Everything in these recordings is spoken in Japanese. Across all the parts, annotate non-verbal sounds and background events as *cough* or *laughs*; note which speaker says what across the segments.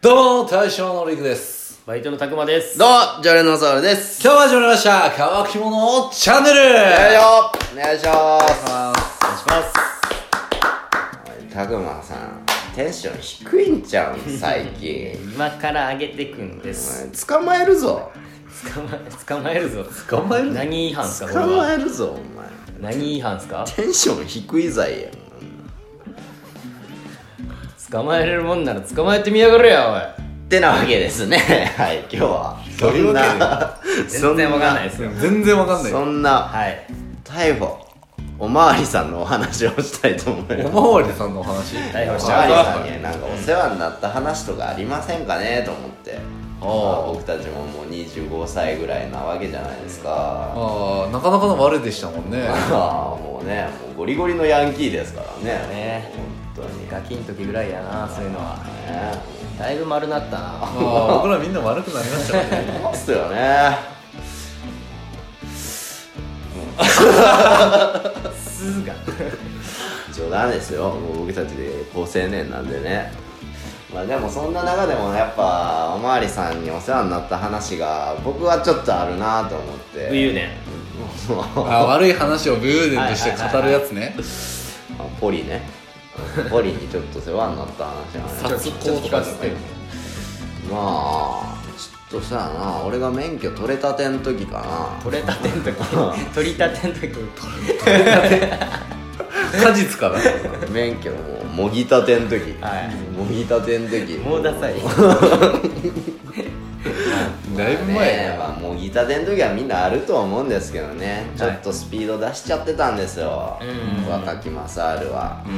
Speaker 1: 大将のりくです。
Speaker 2: バイトのたくまです。
Speaker 3: どうも、常連のソウルです。
Speaker 1: 今日も始まりました、乾き物チャンネル
Speaker 3: よいしょお願いします。
Speaker 2: お願いします。
Speaker 3: たくまさん、テンション低いんちゃうん最近。
Speaker 2: 今から上げてくんです。
Speaker 3: お前 *laughs* 捕まえるぞ。
Speaker 2: 捕まえ、 *laughs* 捕まえるぞ。
Speaker 3: 捕まえる
Speaker 2: 何違反です
Speaker 3: 捕
Speaker 2: かこれ
Speaker 3: ま
Speaker 2: は。
Speaker 3: えるぞ、お前。
Speaker 2: 何違反ですか
Speaker 3: テンション低い罪やん。
Speaker 2: 捕まえれるもんなら捕まえてみやがれや、
Speaker 3: ってなわけですね。 *laughs* はい、今日は。
Speaker 1: そういうわけ
Speaker 2: おい。全然わかんないですよ。
Speaker 1: 全然わかんない。
Speaker 3: そんな、
Speaker 2: はい。
Speaker 3: 逮捕、おまわりさんのお話をしたいと思います。
Speaker 1: おまわりさんのお話。
Speaker 2: 逮捕
Speaker 3: お
Speaker 2: し
Speaker 3: まわり
Speaker 2: た
Speaker 3: さんになんかお世話になった話とかありませんかねと思って。まあ僕たちももう25歳ぐらいなわけじゃないですか。 *laughs*
Speaker 1: ああ、なかなかの悪でしたもんね。
Speaker 3: ああもうねもうゴリゴリのヤンキーですからね
Speaker 2: ね
Speaker 3: 本当にね
Speaker 2: ガキん時ぐらいやな、そういうのは。
Speaker 3: 思
Speaker 2: だいぶ丸なった *laughs* な。
Speaker 1: ああ、僕らみんな悪くなりましたもん
Speaker 3: *laughs*
Speaker 1: ね。
Speaker 3: いますよね
Speaker 2: すが。
Speaker 3: *laughs* 冗談ですよもう僕たちで高青年なんでねまあでもそんな中でもやっぱおまわりさんにお世話になった話が僕はちょっとあるなと思って
Speaker 2: 冬ね。
Speaker 1: あー悪い話をブーデンとして語るやつね。
Speaker 3: あポリねポリにちょっと世話になった話が
Speaker 2: *laughs*
Speaker 3: ね
Speaker 1: 殺
Speaker 2: ちょっ
Speaker 1: 光
Speaker 2: と聞
Speaker 1: と
Speaker 2: か
Speaker 1: か
Speaker 2: せ
Speaker 1: せ
Speaker 2: て
Speaker 1: て。
Speaker 3: まあちょっとさやな俺が免許取れたてん時かな
Speaker 2: 取れたてん時。 *laughs* 取りたてん時。
Speaker 1: 果実かな。
Speaker 3: 免許ももぎたてん時
Speaker 2: はい
Speaker 3: もぎたてん時
Speaker 2: もうダサい。
Speaker 1: だいぶ前
Speaker 3: ねまあ、もうギター手の時はみんなあると思うんですけどね、
Speaker 2: い
Speaker 3: ちょっとスピード出しちゃってたんですよ、
Speaker 2: うん
Speaker 3: 若きマサールは
Speaker 2: う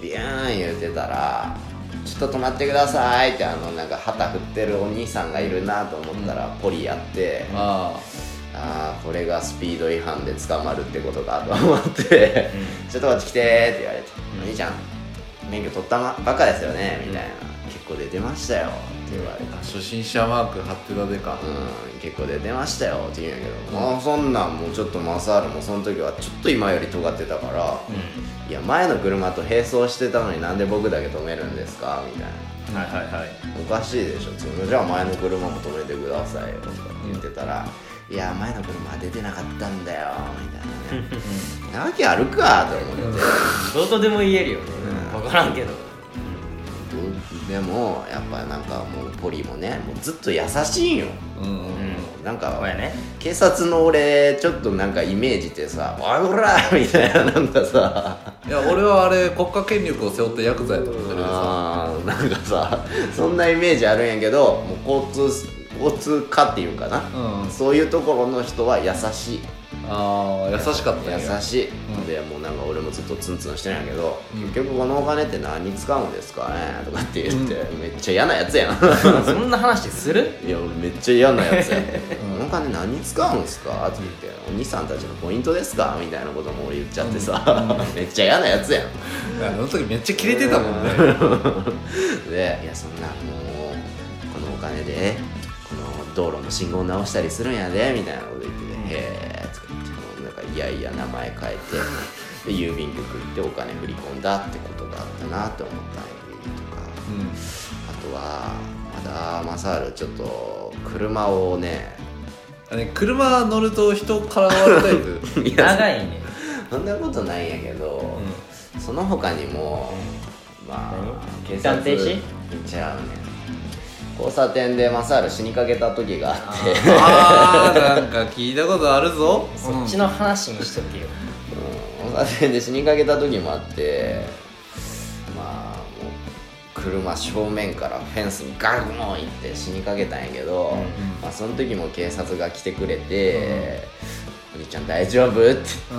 Speaker 2: ん。
Speaker 3: ビューン言うてたら「ちょっと止まってください」ってあのなんか旗振ってるお兄さんがいるなと思ったら、ポリやって、あ
Speaker 1: あ
Speaker 3: あーこれがスピード違反で捕まるってことかと思って「ちょっとこっち来て」って言われて「お兄ちゃん免許取ったばっかですよね」みたいな「結構出てましたよ」って言われて
Speaker 1: あ。初心者マーク貼ってたでか。
Speaker 3: うん結構出てましたよって言うんやけど、まあそんなんもうちょっとマサールもその時はちょっと今より尖ってたから、いや前の車と並走してたのになんで僕だけ止めるんですかみたいな
Speaker 2: はいはいはい。
Speaker 3: おかしいでしょそのじゃあ前の車も止めてくださいよとか言ってたら、いや前の車は出てなかったんだよみたいな *laughs* ねなわけあるかと思って、
Speaker 2: どうとでも言えるよね。わからんけど。
Speaker 3: でもやっぱなんかもうポリもねもうずっと優しいんよ
Speaker 1: うんうん。
Speaker 3: なんか
Speaker 2: そうやね。
Speaker 3: 警察の俺ちょっとなんかイメージってさ「おいこら!」みたいななんかさ
Speaker 1: いや、俺はあれ、国家権力を背負ったヤクザやと思ってるけどさ。
Speaker 3: あーなんかさそんなイメージあるんやけどもう交通交通課っていうんかな、
Speaker 1: うん
Speaker 3: そういうところの人は優しい
Speaker 1: ああ、優しかったね。
Speaker 3: 優しい、
Speaker 1: うん
Speaker 3: でもうなんか俺もずっとツンツンしてんやけど、
Speaker 1: うん
Speaker 3: 結局このお金って何に使うんですかねとかって言って、めっちゃ嫌なやつやな
Speaker 2: そんな話する
Speaker 3: いや俺めっちゃ嫌なやつや、 *laughs* このお金何に使うんですか?」って言って「お兄さんたちのポイントですか?」みたいなことも俺言っちゃってさ、 *laughs* めっちゃ嫌なやつやん
Speaker 1: あの時めっちゃキレてたもんね。
Speaker 3: で「いやそんなもうこのお金でこの道路の信号直したりするんやで」みたいなこと言ってて「へえ」とか言ってなんかいやいや名前変えてで郵便局行ってお金振り込んだってことがあったなって思ったりとか
Speaker 1: うん。
Speaker 3: あとはまだマサールちょっと車をね
Speaker 1: あれ車乗ると人から割るタイプ
Speaker 3: いや
Speaker 2: 長いね。
Speaker 3: そんなことないんやけど、その他にも、まあ
Speaker 2: 何
Speaker 3: 警
Speaker 2: 一旦停止
Speaker 3: ちゃうね交差点でマサール死にかけた時があって
Speaker 1: あーなんか聞いたことあるぞ
Speaker 2: そっちの話にしとけよ。
Speaker 3: うん交差点で死にかけた時もあってまあもう車正面からフェンスにガーン行って死にかけたんやけど、まあ、その時も警察が来てくれて「お兄ちゃん大丈夫?」って
Speaker 1: う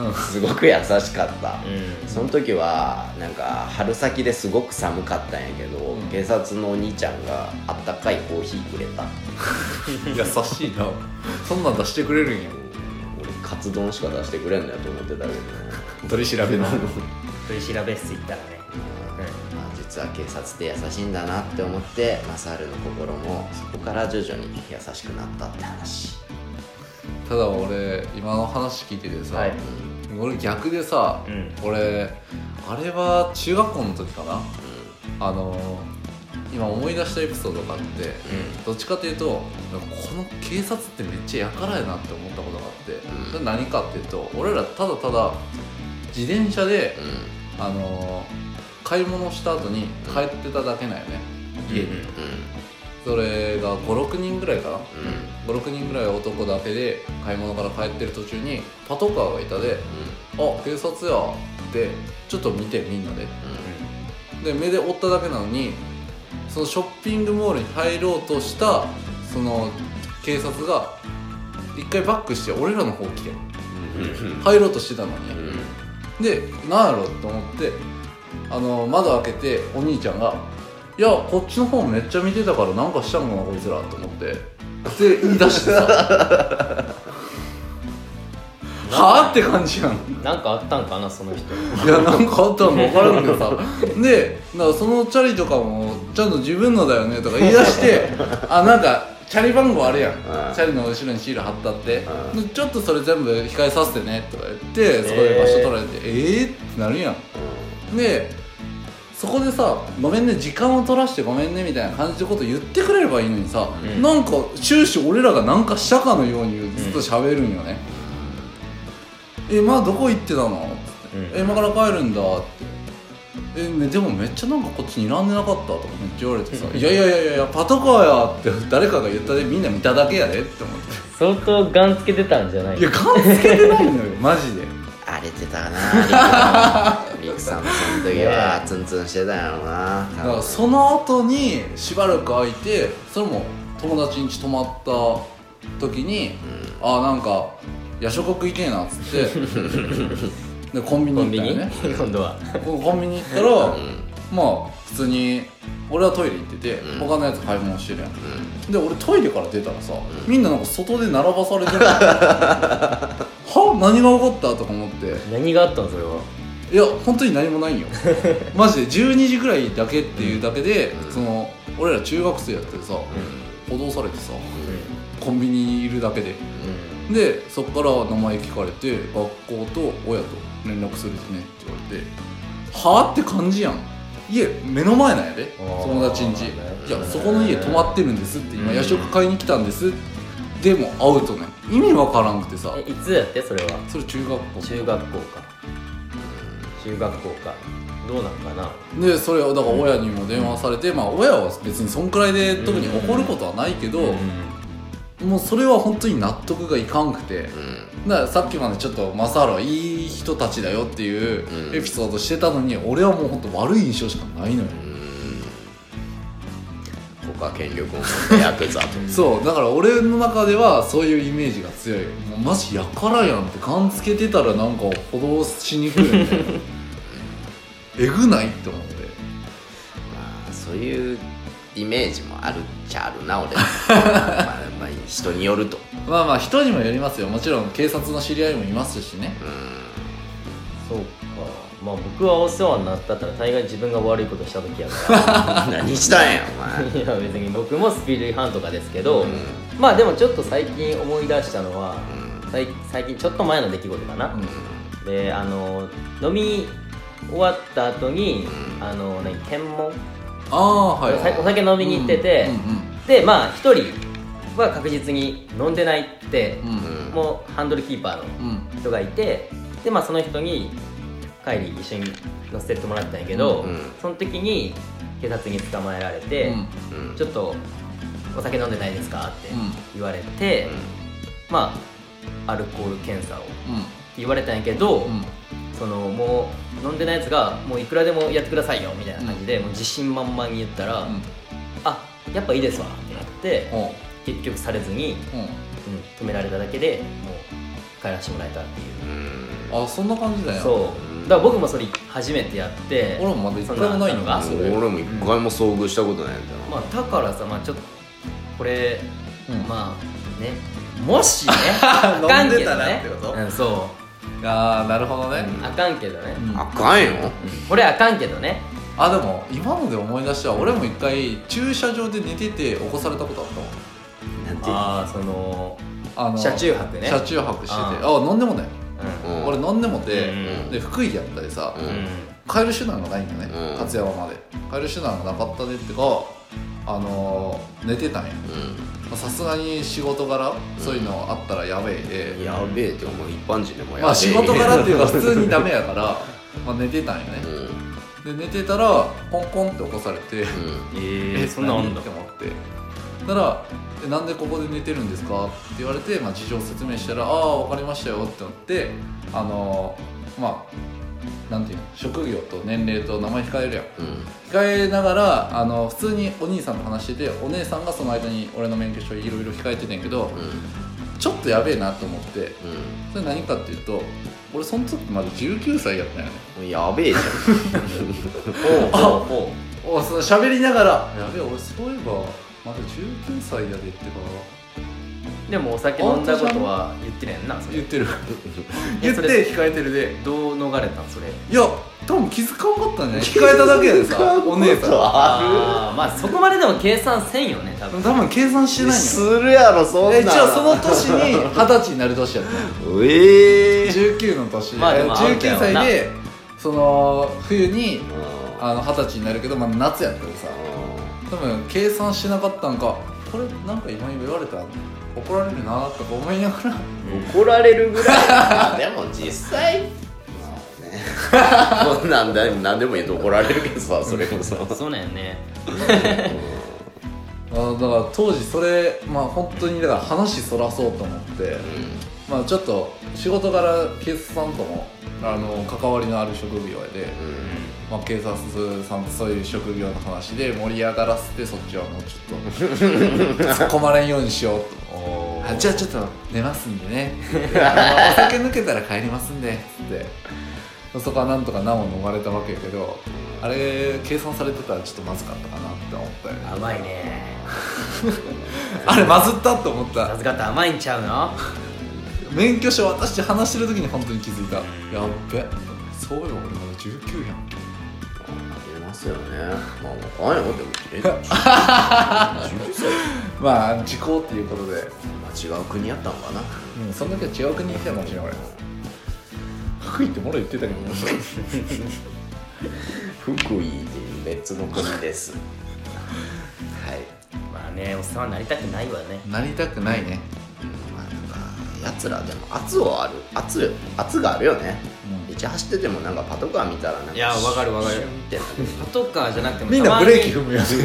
Speaker 1: ん
Speaker 3: すごく優しかった、
Speaker 2: うん
Speaker 3: その時はなんか春先ですごく寒かったんやけど、
Speaker 1: ん
Speaker 3: 警察のお兄ちゃんがあったかいコーヒーくれた
Speaker 1: うん優しいなそんなん出してくれるんや
Speaker 3: 俺カツ丼しか出してくれんのやと思ってたけどね
Speaker 1: 取り調べの
Speaker 2: 取り調べ室行ったらね。
Speaker 3: まあ、実は警察って優しいんだなって思ってマサールの心もそこから徐々に優しくなったって話
Speaker 1: ただ俺今の話聞いててさ、
Speaker 2: はい
Speaker 1: 俺逆でさ、
Speaker 2: うん
Speaker 1: 俺あれは中学校の時かな、あの今思い出したエピソードがあって
Speaker 3: う
Speaker 1: どっちかというとこの警察ってめっちゃやからやなって思ったことがあって、
Speaker 3: ん
Speaker 1: それ何かっていうと俺らただただ自転車で、
Speaker 3: うん
Speaker 1: あのー買い物した後に帰ってただけなんよね、家にそれが56人ぐらいかな
Speaker 3: うんうん
Speaker 1: 56人ぐらい男だけで買い物から帰ってる途中にパトカーがいたで「あ警察や」ってちょっと見てみんなでで目で追っただけなのにそのショッピングモールに入ろうとしたその警察が一回バックして俺らの方来て
Speaker 3: うんうんうん
Speaker 1: 入ろうとしてたの
Speaker 3: う
Speaker 1: に、
Speaker 3: ん
Speaker 1: でなんやろと思ってあの窓開けてお兄ちゃんが「いやこっちの方めっちゃ見てたからなんかしたんかなこいつら」と思ってって言い出してさ
Speaker 3: *laughs*
Speaker 1: はあって感じやん
Speaker 2: なんかあったんかなその人
Speaker 1: いやなんかあったの分からんけどさでなんかそのチャリとかもちゃんと自分のだよねとか言い出してあなんかチャリ番号あるやん
Speaker 3: ん
Speaker 1: チャリの後ろにシール貼ったって
Speaker 3: う
Speaker 1: でちょっとそれ全部控えさせてねとか言ってそこで場所取られてええー、ってなるやんでそこでさ「ごめんね時間を取らしてごめんね」みたいな感じのこと言ってくれればいいのにさ、
Speaker 2: うん
Speaker 1: なんか終始俺らがなんかしたかのようにずっと喋るんよね「えまあどこ行ってたの?」って
Speaker 2: うん
Speaker 1: え今から帰るんだ」って。えね、でもめっちゃなんかこっちにらんでなかったとかめっちゃ言われてさ「いやいやいやいやいやパトカーや」って誰かが言ったでみんな見ただけやでって思っ
Speaker 2: 相当ガンつけてたんじゃない
Speaker 1: ていや感つけてないのよマジで
Speaker 3: 荒れてたなリクさんリクさんもその時はツンツンしてたんやろうな
Speaker 1: だからその後にしばらく空いてそれも友達ん家泊まった時に、ああなんか夜食食いてえなっつってでコンビ
Speaker 2: コ
Speaker 1: ニ
Speaker 2: ンビ
Speaker 1: 行った
Speaker 2: ニ
Speaker 1: よね
Speaker 2: 今度は
Speaker 1: コンビニ行ったら、まあ普通に俺はトイレ行ってて、
Speaker 3: うん
Speaker 1: 他のやつ買い物してるやん
Speaker 3: う
Speaker 1: で俺トイレから出たらさ、みんななんか外で並ばされ
Speaker 3: *laughs*
Speaker 1: てるは何が起こったとか思って
Speaker 2: 何があったのそれはい
Speaker 1: や本当に何もないんよマジで12時ぐらいだけっていうだけで、
Speaker 3: うん
Speaker 1: その俺ら中学生やってさ、補導されてさコンビニにいるだけで
Speaker 2: う
Speaker 1: でそっから名前聞かれて学校と親と連絡するしねって言われてはあって感じやん家目の前なんやで
Speaker 2: あー
Speaker 1: 友達んちい
Speaker 2: なるほど
Speaker 1: や
Speaker 2: ね
Speaker 1: そこの家泊まってるんですって今
Speaker 2: うん
Speaker 1: 夜食買いに来たんですでもアウトね意味わからんくてさ
Speaker 2: んえいつやってそれは
Speaker 1: それ中学校
Speaker 2: 中学校か中学校かどうなんかな
Speaker 1: でそれをだから親にも電話されて、まあ親は別にそんくらいで特に怒ることはないけど、もうそれは本当に納得がいかんくて、だからさっきまでちょっとマサールはいい人たちだよっていううんエピソードしてたのに、俺はもう本当悪い印象しかないのよ、
Speaker 3: ん他権力を持ったヤクザと
Speaker 1: そうだから俺の中ではそういうイメージが強いもうマジやからやんって勘つけてたらなんか補導しにくいみたい *laughs* なえぐないって思って
Speaker 3: まあそういうイメージもあるっちゃある
Speaker 1: *laughs*
Speaker 3: な俺まあ、まあ、人によると
Speaker 1: まあまあ人にもよりますよもちろん警察の知り合いもいますしね
Speaker 2: そうかまあ僕はお世話になったったら大概自分が悪いことした時やから
Speaker 3: 何したんやお前
Speaker 2: いや別に僕もスピード違反とかですけど、
Speaker 3: うん
Speaker 2: まあでもちょっと最近思い出したのは、
Speaker 3: う
Speaker 2: さい最近ちょっと前の出来事かな、
Speaker 1: う
Speaker 2: であの飲み終わった後に、あの何検問
Speaker 1: ああはい
Speaker 2: さお酒飲みに行ってて
Speaker 1: うんうん
Speaker 2: でまあ一人は確実に飲んでないって、
Speaker 1: うんうん
Speaker 3: うん
Speaker 2: もうハンドルキーパーの
Speaker 1: うん
Speaker 2: 人がいてでまあその人に帰り一緒に乗せてってもらったんやけど、
Speaker 3: うんうん
Speaker 2: その時に警察に捕まえられて、
Speaker 1: うん
Speaker 3: うん
Speaker 2: ちょっとお酒飲んでないですかって
Speaker 1: うん
Speaker 2: 言われて、まあアルコール検査をって言われたんやけど、
Speaker 1: うん
Speaker 2: そのもう飲んでないやつがもういくらでもやってくださいよみたいな感じで、もう自信満々に言ったら、
Speaker 1: うん
Speaker 2: あやっぱいいですわってなって、
Speaker 1: おう
Speaker 2: 結局されずに、
Speaker 1: う
Speaker 2: うん止められただけでもう帰らせてもらえたっていう。
Speaker 1: んあそんな感じだよ
Speaker 2: そうだから僕もそれ初めてやって
Speaker 1: 俺もまだ一回もないの
Speaker 2: あ
Speaker 1: な
Speaker 2: そ
Speaker 1: そ
Speaker 2: ん
Speaker 1: れ
Speaker 3: 俺も一回も遭遇したことないんだよ、
Speaker 2: まあだからさまあちょっとこれ、
Speaker 1: うん
Speaker 2: まあねもしねあかんけ
Speaker 1: *laughs* 飲ん
Speaker 2: どね
Speaker 1: でたらってこと
Speaker 2: うん、そ
Speaker 1: ああなるほどね、
Speaker 2: うあかんけどね、
Speaker 1: うん
Speaker 3: あかんよ
Speaker 2: これあかんけどね
Speaker 1: あでも今ので思い出した俺も一回駐車場で寝てて起こされたことあった
Speaker 3: なんて
Speaker 2: ああその
Speaker 1: わあの
Speaker 2: 車中泊ね
Speaker 1: 車中泊してて
Speaker 2: あ
Speaker 1: あ飲んでもね
Speaker 2: う
Speaker 3: うん
Speaker 1: 俺飲んでもて、
Speaker 2: うん
Speaker 1: で福井やったりさ、
Speaker 3: うん
Speaker 2: ん
Speaker 1: 帰る手段がないんだね、
Speaker 3: うん
Speaker 1: 勝山まで帰る手段がなかったでってかあのー寝てたんや
Speaker 3: う
Speaker 1: まあさすがに仕事柄そういうのあったらやべえで、
Speaker 3: ん、やべえってお前一般人でもやべえ
Speaker 1: まあ仕事柄っていうか普通にダメやから
Speaker 2: *laughs*
Speaker 1: まあ寝てたんよ
Speaker 3: う
Speaker 1: ね
Speaker 3: んうん
Speaker 1: で寝てたらコンコンって起こされて
Speaker 2: え
Speaker 1: え
Speaker 2: ー、そんな
Speaker 1: 何
Speaker 2: のあんだ
Speaker 1: って思ってたら「えなんでここで寝てるんですか?」って言われて、まあ、事情を説明したら「ああ分かりましたよ」ってなってあのーまあなんていうの職業と年齢と名前控えるやん
Speaker 3: うん
Speaker 1: 控えながらあの普通にお兄さんと話しててお姉さんがその間に俺の免許証いろいろ控えててんやけどちょっとやべえなと思って
Speaker 3: うん
Speaker 1: それ何かっていうと俺その時まだ19歳やったんやね
Speaker 3: うんやべえじゃん
Speaker 2: おうおうお
Speaker 1: *laughs*
Speaker 2: う
Speaker 1: おその喋りながら「やべえ俺そういえばまだ19歳やで」ってか
Speaker 2: でもお酒飲んだことは言ってるやんなそ
Speaker 1: 言
Speaker 2: れ
Speaker 1: ってる
Speaker 2: い
Speaker 1: *laughs* 言
Speaker 2: や
Speaker 1: っ
Speaker 2: そ
Speaker 1: て
Speaker 2: れ
Speaker 1: 控えてるで
Speaker 2: どう逃れたんそれ
Speaker 1: いや多分気づかんかったんじゃない控えただけやでさお姉さん
Speaker 3: *laughs* あ
Speaker 2: あーまあそこまででも計算せんよね多分
Speaker 1: 多分計算して
Speaker 3: る
Speaker 1: ない
Speaker 3: す
Speaker 1: んよ
Speaker 3: るやろそんな
Speaker 1: え一応その年に二十歳になる年やった
Speaker 3: ええ
Speaker 1: 19の年、
Speaker 2: まあでもあるけど
Speaker 1: 19
Speaker 2: な
Speaker 1: 歳でその冬に
Speaker 3: うん
Speaker 1: あの二十歳になるけど、まあ、夏やったでさ多分計算しなかったんかこれなんか今言われたら怒られるなとか思いながら *laughs*
Speaker 3: 怒られるぐらいまあでも実際まあねこんなんだ何でも言うと怒られるけどさそれこそ
Speaker 2: そうなんよね
Speaker 1: あのだから当時それまあ本当にだから話そらそうと思って
Speaker 3: う
Speaker 1: まあちょっと仕事柄警察さんともあの関わりのある職業やで、
Speaker 3: ん
Speaker 1: まあ、警察さんとそういう職業の話で盛り上がらせてそっちはもうちょっと *laughs* 突っ込まれんようにしようと
Speaker 3: お
Speaker 1: あじゃあちょっと寝ますんで *laughs* ねあのお酒抜けたら帰りますんでつってそこはなんとか難を逃れたわけやけどあれ計算されてたらちょっとまずかったかなって思ったよね
Speaker 2: 甘いね
Speaker 1: あれまずったと思っ
Speaker 2: さ
Speaker 1: た
Speaker 2: すがって甘いんちゃうの
Speaker 1: 免許証渡して話してる時に本当に気づいたやっべそういえば俺まだ19やん
Speaker 3: ありますよねまあ若いのでもえ19歳
Speaker 1: まあ時効っていうことで、
Speaker 3: まあ違う国やったのかな
Speaker 1: うん、その時は違う国に来たかもしれない俺福井ってもろ言ってたけど
Speaker 3: 福井っていう別の国ですはい
Speaker 2: まあねおっさんはなりたくないわね
Speaker 1: なりたくないね、
Speaker 3: まあなんかやつらでも圧をある圧圧があるよね
Speaker 1: うん
Speaker 3: 道走っててもなんかパトカー見たらなんか
Speaker 2: いやわかるわかる
Speaker 3: シュンってなる
Speaker 2: パトカーじゃなくても
Speaker 1: みんなブレーキ
Speaker 2: た
Speaker 1: 踏むやつ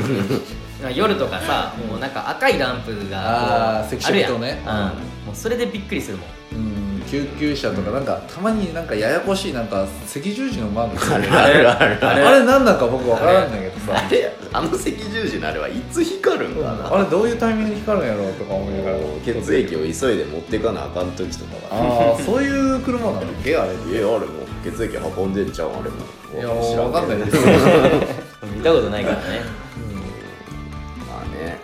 Speaker 2: まに夜とかさもうなんか赤いランプ
Speaker 1: あ
Speaker 2: が
Speaker 1: ー
Speaker 2: こう
Speaker 1: 赤色灯ね
Speaker 2: あるやんうんもうそれでびっくりするもん
Speaker 1: うん救急車とかなんかたまになんかややこしいなんか赤十字のマークあれ
Speaker 3: あるある
Speaker 1: あれあれ何なんか僕分からんだけどさ
Speaker 3: あれあの赤十字のあれはいつ光るんかな
Speaker 1: あれどういうタイミングで光るんやろうとか思いながら
Speaker 3: 血液を急いで持ってかなあかん時とかが
Speaker 1: ああそういう車なんだっけあれい
Speaker 3: いやあれもう血液運んでんちゃうあれも
Speaker 1: やもう分かんないですすよ
Speaker 2: 見たことないからね
Speaker 3: まあね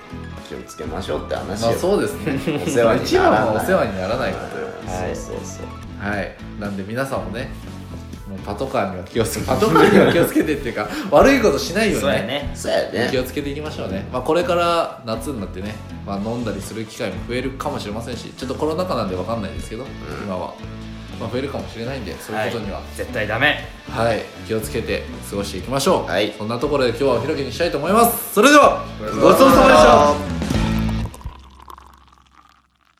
Speaker 3: 気をつけましょうって話
Speaker 1: ま
Speaker 3: よ、
Speaker 1: あそうですね
Speaker 3: お世話に
Speaker 1: 一
Speaker 3: なら
Speaker 1: 番
Speaker 3: ない
Speaker 1: はお世話にならないことよ
Speaker 3: はいそうそうそう
Speaker 1: はいなんで皆さんもねもうパトカーには気をつけパトカーには気をつけてっていうか悪いことしないように
Speaker 2: *laughs* そうや
Speaker 1: ね
Speaker 2: ね
Speaker 3: そうや
Speaker 1: 気
Speaker 3: ね
Speaker 1: をつけていきましょうね、まあ、これから夏になってね、まあ、飲んだりする機会も増えるかもしれませんしちょっとコロナ禍なんで分かんないですけど、今は、まあ、増えるかもしれないんでそういうことには、
Speaker 2: い絶対ダメ
Speaker 1: はい気をつけて過ごしていきましょう、
Speaker 3: はい
Speaker 1: そんなところで今日はお開きにしたいと思いますそれでは
Speaker 3: ご
Speaker 1: ご
Speaker 3: ち
Speaker 1: ち
Speaker 3: そ
Speaker 1: そうう
Speaker 3: さ
Speaker 1: さ
Speaker 3: ま
Speaker 1: ま
Speaker 3: で
Speaker 1: でし
Speaker 3: し
Speaker 1: たた